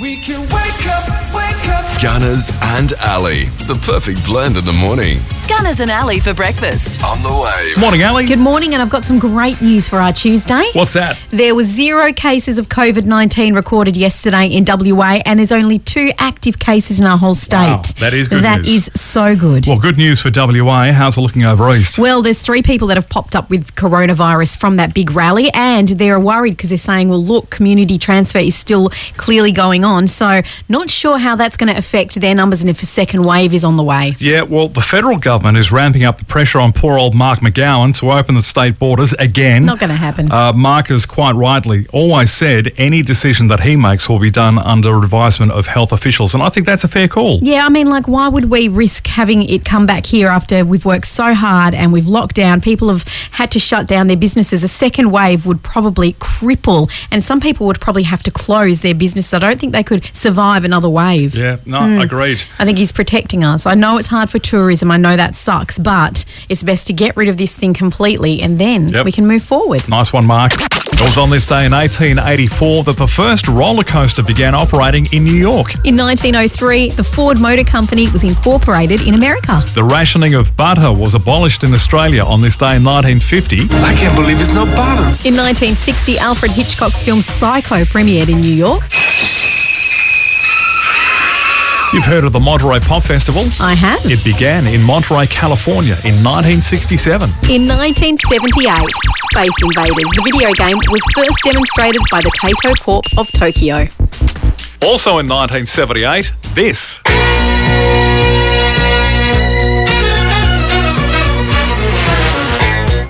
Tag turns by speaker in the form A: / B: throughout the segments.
A: We can wake up, wake up.
B: Gunners and Ali. The perfect blend in the morning.
C: Gunners and Alley for breakfast.
B: On the wave.
D: Morning, Ali.
E: Good morning, and I've got some great news for our Tuesday.
D: What's that?
E: There were zero cases of COVID 19 recorded yesterday in WA, and there's only two active cases in our whole state.
D: Wow, that is good
E: That
D: news.
E: is so good.
D: Well, good news for WA. How's it looking over east?
E: Well, there's three people that have popped up with coronavirus from that big rally, and they're worried because they're saying, well, look, community transfer is still clearly going on. So, not sure how that's going to affect their numbers and if a second wave is on the way.
D: Yeah, well, the federal government is ramping up the pressure on poor old Mark McGowan to open the state borders again.
E: Not gonna happen.
D: Uh, Mark has quite rightly always said any decision that he makes will be done under advisement of health officials, and I think that's a fair call.
E: Yeah, I mean, like, why would we risk having it come back here after we've worked so hard and we've locked down? People have had to shut down their businesses. A second wave would probably cripple, and some people would probably have to close their business. I don't think they could survive another wave.
D: Yeah, no,
E: Hmm.
D: agreed.
E: I think he's protecting us. I know it's hard for tourism. I know that sucks, but it's best to get rid of this thing completely and then
D: Yep.
E: we can move forward.
D: Nice one, Mark. It was on this day in 1884 that the first roller coaster began operating in New York.
E: In 1903, the Ford Motor Company was incorporated in America.
D: The rationing of butter was abolished in Australia on this day in 1950.
B: I can't believe it's no bottom.
E: In 1960, Alfred Hitchcock's film Psycho premiered in New York.
D: You've heard of the Monterey Pop Festival.
E: I have.
D: It began in Monterey, California in 1967.
E: In 1978, Space Invaders, the video game, was first demonstrated by the Taito Corp of Tokyo.
D: Also in 1978, this.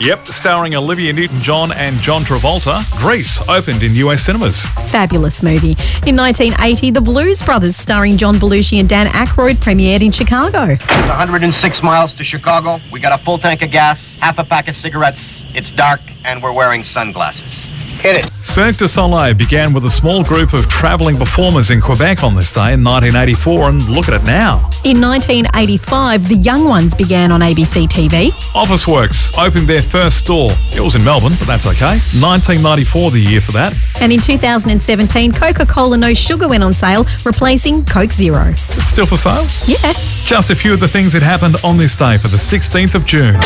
D: Yep, starring Olivia Newton John and John Travolta, Grease opened in US cinemas.
E: Fabulous movie. In 1980, The Blues Brothers, starring John Belushi and Dan Aykroyd, premiered in Chicago.
F: It's 106 miles to Chicago. We got a full tank of gas, half a pack of cigarettes. It's dark, and we're wearing sunglasses. Hit it.
D: Cirque du Soleil began with a small group of travelling performers in Quebec on this day in 1984, and look at it now.
E: In 1985, The Young Ones began on ABC TV.
D: Office Works opened their first store. It was in Melbourne, but that's okay. 1994, the year for that.
E: And in 2017, Coca Cola No Sugar went on sale, replacing Coke Zero.
D: It's still for sale.
E: Yeah.
D: Just a few of the things that happened on this day for the 16th of June.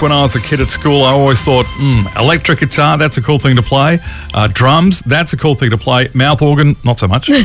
D: When I was a kid at school, I always thought, hmm, electric guitar, that's a cool thing to play. Uh, drums, that's a cool thing to play. Mouth organ, not so much. Uh,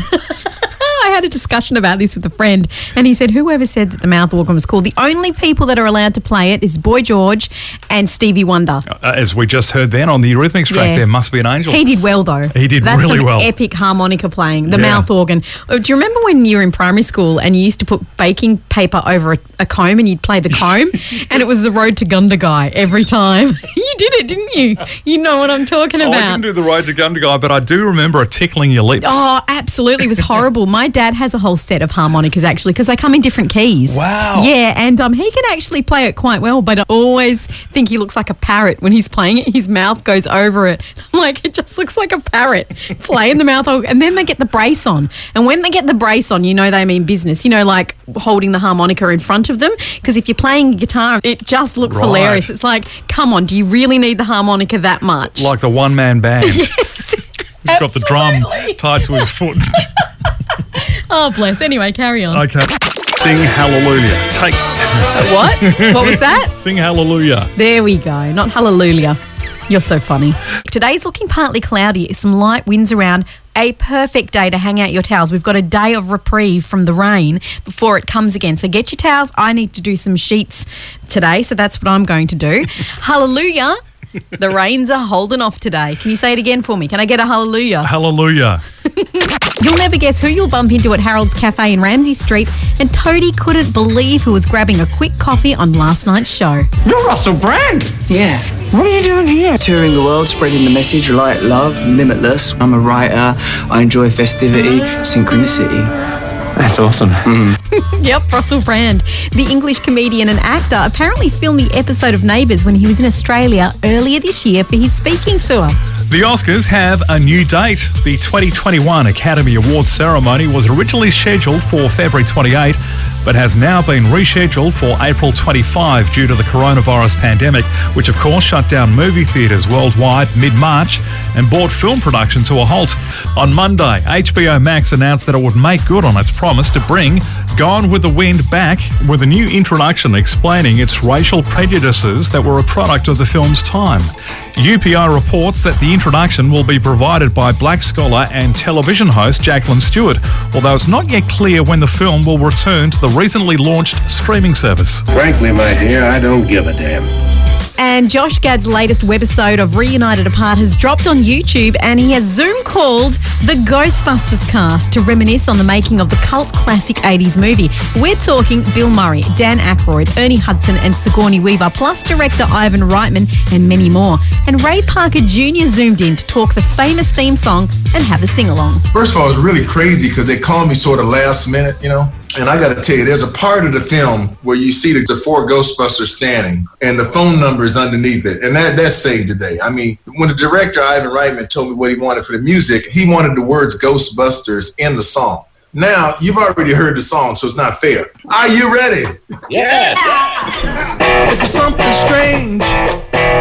E: I had a discussion about this with a friend, and he said, Whoever said that the mouth organ was cool, the only people that are allowed to play it is Boy George and Stevie Wonder.
D: Uh, as we just heard then on the Eurythmics track,
E: Yeah.
D: there must be an angel.
E: He did well though.
D: He did
E: That's
D: really
E: some
D: well.
E: Epic harmonica playing, the
D: Yeah.
E: mouth organ. Oh, do you remember when you were in primary school and you used to put baking paper over a, a comb and you'd play the comb, and it was the Road to Gundagai every time. you did it, didn't you? You know what I'm talking
D: Oh, I
E: about.
D: didn't do the Road to Gun Guy, but I do remember a tickling your lips.
E: Oh, absolutely. It was horrible. My dad has a whole set of harmonicas actually because they come in different keys.
D: Wow.
E: Yeah, and um, he can actually play it quite well, but I always think he looks like a parrot when he's playing it. His mouth goes over it. I'm like, it just looks like a parrot playing the mouth. organ. And then they get the brace on. And when they get the brace on, you know they mean business, you know, like holding the harmonica in front of them. Because if you're playing guitar, it just looks
D: Right.
E: hilarious. It's like, come on, do you really need the harmonica that much?
D: Like the one man band. He's
E: yes.
D: got the drum
E: Absolutely.
D: tied to his foot.
E: Oh, bless. Anyway, carry on.
D: Okay. Sing hallelujah. Take
E: Uh, What? What was that?
D: sing hallelujah.
E: There we go. Not hallelujah. You're so funny. Today's looking partly cloudy, some light winds around. A perfect day to hang out your towels. We've got a day of reprieve from the rain before it comes again. So get your towels. I need to do some sheets today, so that's what I'm going to do. hallelujah. The rains are holding off today. Can you say it again for me? Can I get a hallelujah?
D: Hallelujah.
E: You'll never guess who you'll bump into at Harold's Cafe in Ramsey Street, and Toadie couldn't believe who was grabbing a quick coffee on last night's show.
G: You're Russell Brand.
H: Yeah.
G: What are you doing here?
H: Touring the world, spreading the message, light, love, limitless. I'm a writer. I enjoy festivity, synchronicity.
G: That's awesome.
E: Yep, Russell Brand, the English comedian and actor, apparently filmed the episode of Neighbours when he was in Australia earlier this year for his speaking tour.
D: The Oscars have a new date. The 2021 Academy Awards ceremony was originally scheduled for February 28, but has now been rescheduled for April 25 due to the coronavirus pandemic, which of course shut down movie theatres worldwide mid March and brought film production to a halt. On Monday, HBO Max announced that it would make good on its promise to bring Gone with the Wind back with a new introduction explaining its racial prejudices that were a product of the film's time. UPI reports that the introduction will be provided by black scholar and television host Jacqueline Stewart, although it's not yet clear when the film will return to the recently launched streaming service.
I: Frankly, my dear, I don't give a damn.
E: And Josh Gad's latest webisode of Reunited Apart has dropped on YouTube and he has Zoom called the Ghostbusters cast to reminisce on the making of the cult classic 80s movie. We're talking Bill Murray, Dan Aykroyd, Ernie Hudson and Sigourney Weaver, plus director Ivan Reitman and many more. And Ray Parker Jr. zoomed in to talk the famous theme song and have a sing-along.
J: First of all, it's really crazy because they called me sort of last minute, you know. And I got to tell you, there's a part of the film where you see the, the four Ghostbusters standing, and the phone number is underneath it, and that that saved the day. I mean, when the director Ivan Reitman told me what he wanted for the music, he wanted the words Ghostbusters in the song. Now you've already heard the song, so it's not fair. Are you ready?
A: If there's something strange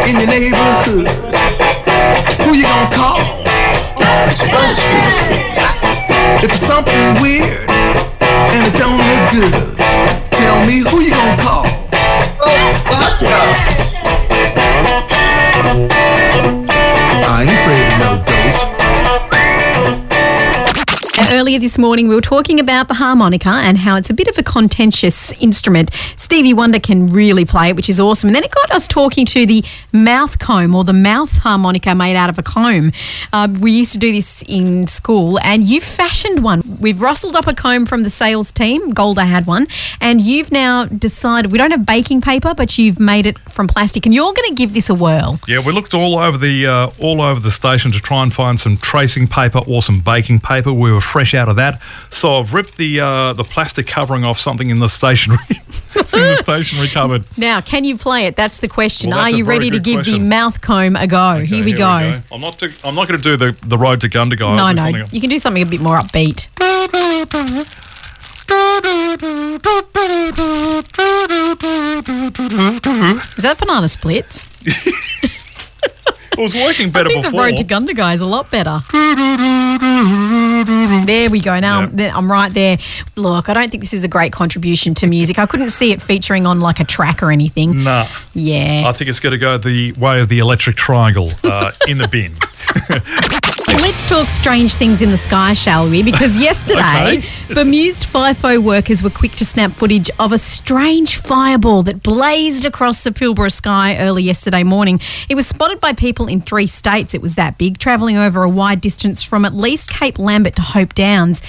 A: in your neighborhood, who you gonna call? If it's something weird and it don't look good, tell me who you gonna call? I ain't afraid of no ghosts.
E: And earlier this morning, we were talking about the harmonica and how it's a bit of a contentious instrument. Stevie Wonder can really play it, which is awesome. And then it got us talking to the mouth comb or the mouth harmonica made out of a comb. Uh, we used to do this in school, and you fashioned one. We've rustled up a comb from the sales team. Golda had one, and you've now decided we don't have baking paper, but you've made it from plastic, and you're going to give this a whirl.
D: Yeah, we looked all over the uh, all over the station to try and find some tracing paper or some baking paper. We were fresh out of that, so I've ripped the uh, the plastic covering off something in the stationery it's in the stationery cupboard.
E: Now, can you play it? That's the question.
D: Well, that's
E: Are
D: a
E: you
D: very
E: ready to
D: good
E: give the
D: question.
E: mouth comb a go?
D: Okay,
E: here we go.
D: I'm not too, I'm not going to do the, the road to Gundagai.
E: No,
D: I'll Oh, do
E: no.
D: something else.
E: You can do something a bit more upbeat. Is that banana splits?
D: It was working
E: I
D: better
E: think the
D: before.
E: road to Gundagai is a lot better. There we go. Now I'm, there- I'm right there. Look, I don't think this is a great contribution to music. I couldn't see it featuring on like a track or anything.
D: Nah. Mm. I
E: Yeah.
D: think it's going to go the way of the electric triangle uh, in the bin.
E: Let's talk strange things in the sky, shall we? Because yesterday, bemused FIFO workers were quick to snap footage of a strange fireball that blazed across the Pilbara sky early yesterday morning. It was spotted by people in three states. It was that big, travelling over a wide distance from at least Cape Lambert to Hope Downs.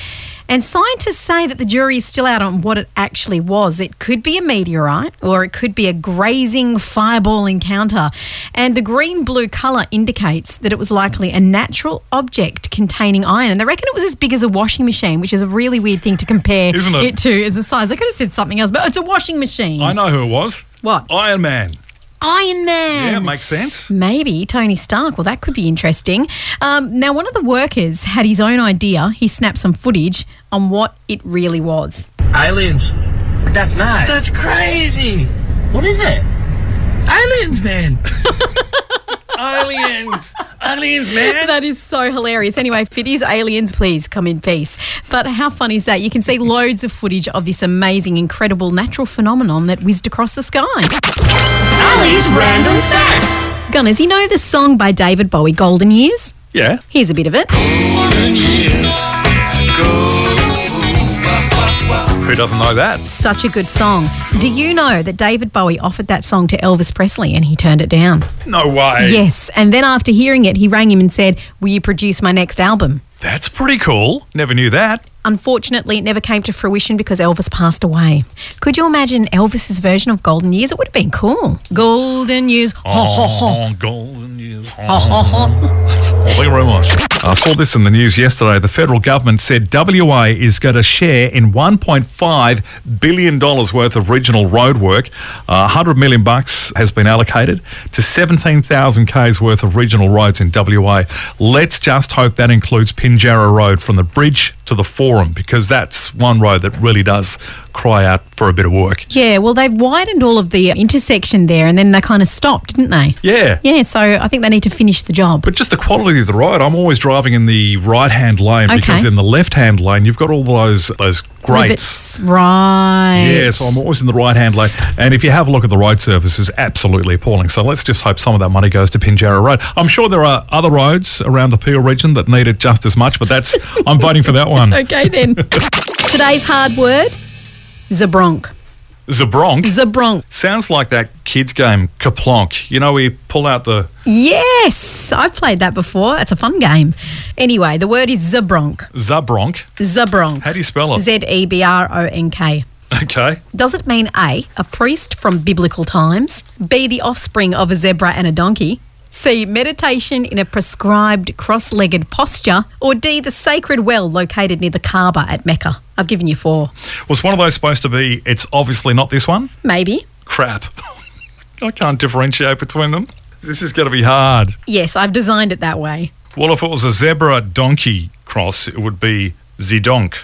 E: And scientists say that the jury is still out on what it actually was. It could be a meteorite or it could be a grazing fireball encounter. And the green blue colour indicates that it was likely a natural object containing iron. And they reckon it was as big as a washing machine, which is a really weird thing to compare
D: Isn't it?
E: to as a size. I could have said something else, but it's a washing machine.
D: I know who it was.
E: What? Mm.
D: Iron Man.
E: Iron Man.
D: Yeah, makes sense.
E: Maybe Tony Stark. Well, that could be interesting. Um, now, one of the workers had his own idea. He snapped some footage on what it really was.
K: Aliens. That's nice. That's crazy. What is it? Aliens, man. Aliens. Aliens, man.
E: That is so hilarious. Anyway, if it is aliens, please come in peace. But how funny is that? You can see loads of footage of this amazing, incredible natural phenomenon that whizzed across the sky.
C: Ali's random facts.
E: Gunners, you know the song by David Bowie, Golden Years?
D: Yeah.
E: Here's a bit of it.
D: Who doesn't know that?
E: Such a good song. Do you know that David Bowie offered that song to Elvis Presley and he turned it down?
D: No way.
E: Yes. And then after hearing it, he rang him and said, Will you produce my next album?
D: That's pretty cool. Never knew that.
E: Unfortunately, it never came to fruition because Elvis passed away. Could you imagine Elvis's version of Golden Years? It would have been cool. Golden Years. Ho, ho, ho.
D: golden years.
E: Ho, ho, ho.
D: Oh, Thank you very much. I saw this in the news yesterday. The federal government said WA is going to share in $1.5 billion worth of regional road work. Uh, 100 million bucks has been allocated to 17,000 k's worth of regional roads in WA. Let's just hope that includes Pinjarra Road from the bridge to the forum because that's one road that really does cry out for a bit of work.
E: Yeah, well, they've widened all of the intersection there and then they kind of stopped, didn't they?
D: Yeah.
E: Yeah, so I think they need to finish the job.
D: But just the quality of the ride. I'm always driving in the right hand lane because
E: Okay.
D: in the left hand lane you've got all those those grates.
E: Rivets, right.
D: Yeah, so I'm always in the right hand lane. And if you have a look at the road surface, it's absolutely appalling. So let's just hope some of that money goes to Pinjarra Road. I'm sure there are other roads around the Peel region that need it just as much, but that's I'm voting for that one.
E: Okay, then. Today's hard word Zabronk.
D: Zabronk.
E: Zabronk.
D: Sounds like that kids game, Kaplonk. You know, we pull out the
E: Yes, I've played that before. It's a fun game. Anyway, the word is Zabronk.
D: Zabronk.
E: Zabronk.
D: How do you spell it?
E: Z E B R O N K.
D: okay.
E: Does it mean A, a priest from biblical times, B, the offspring of a zebra and a donkey, C, meditation in a prescribed cross legged posture, or D, the sacred well located near the Kaaba at Mecca? I've given you four.
D: Was one of those supposed to be, it's obviously not this one?
E: Maybe.
D: crap. I can't differentiate between them. This is going to be hard.
E: Yes, I've designed it that way.
D: Well, if it was a zebra donkey cross, it would be zidonk.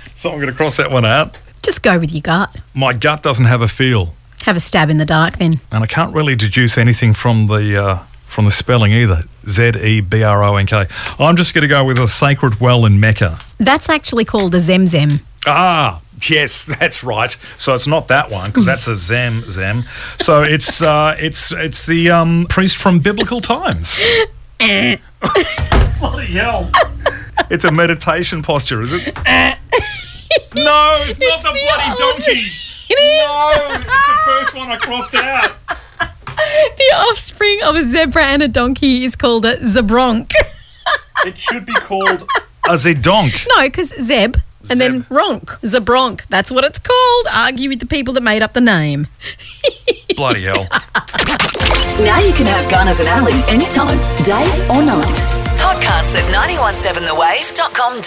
D: so I'm going to cross that one out.
E: Just go with your gut.
D: My gut doesn't have a feel,
E: Have a stab in the dark then.
D: and I can't really deduce anything from the uh, from the spelling either. Z e b r o n k. I'm just going to go with a sacred well in Mecca.
E: That's actually called a Zemzem.
D: Ah, yes, that's right. So it's not that one because that's a zem zem. So it's uh, it's it's the um, priest from biblical times. Bloody hell! It's a meditation posture, is it? no, it's not the bloody donkey.
E: It is
D: No, it's the first one I crossed out.
E: the offspring of a zebra and a donkey is called a Zabronk.
D: It should be called a zedonk.
E: No, because Zeb and then Ronk. Zabronk. That's what it's called. Argue with the people that made up the name.
D: Bloody hell!
C: Now you can have Gunners and Alley anytime, day or night. Podcasts at 917thewave.com.au.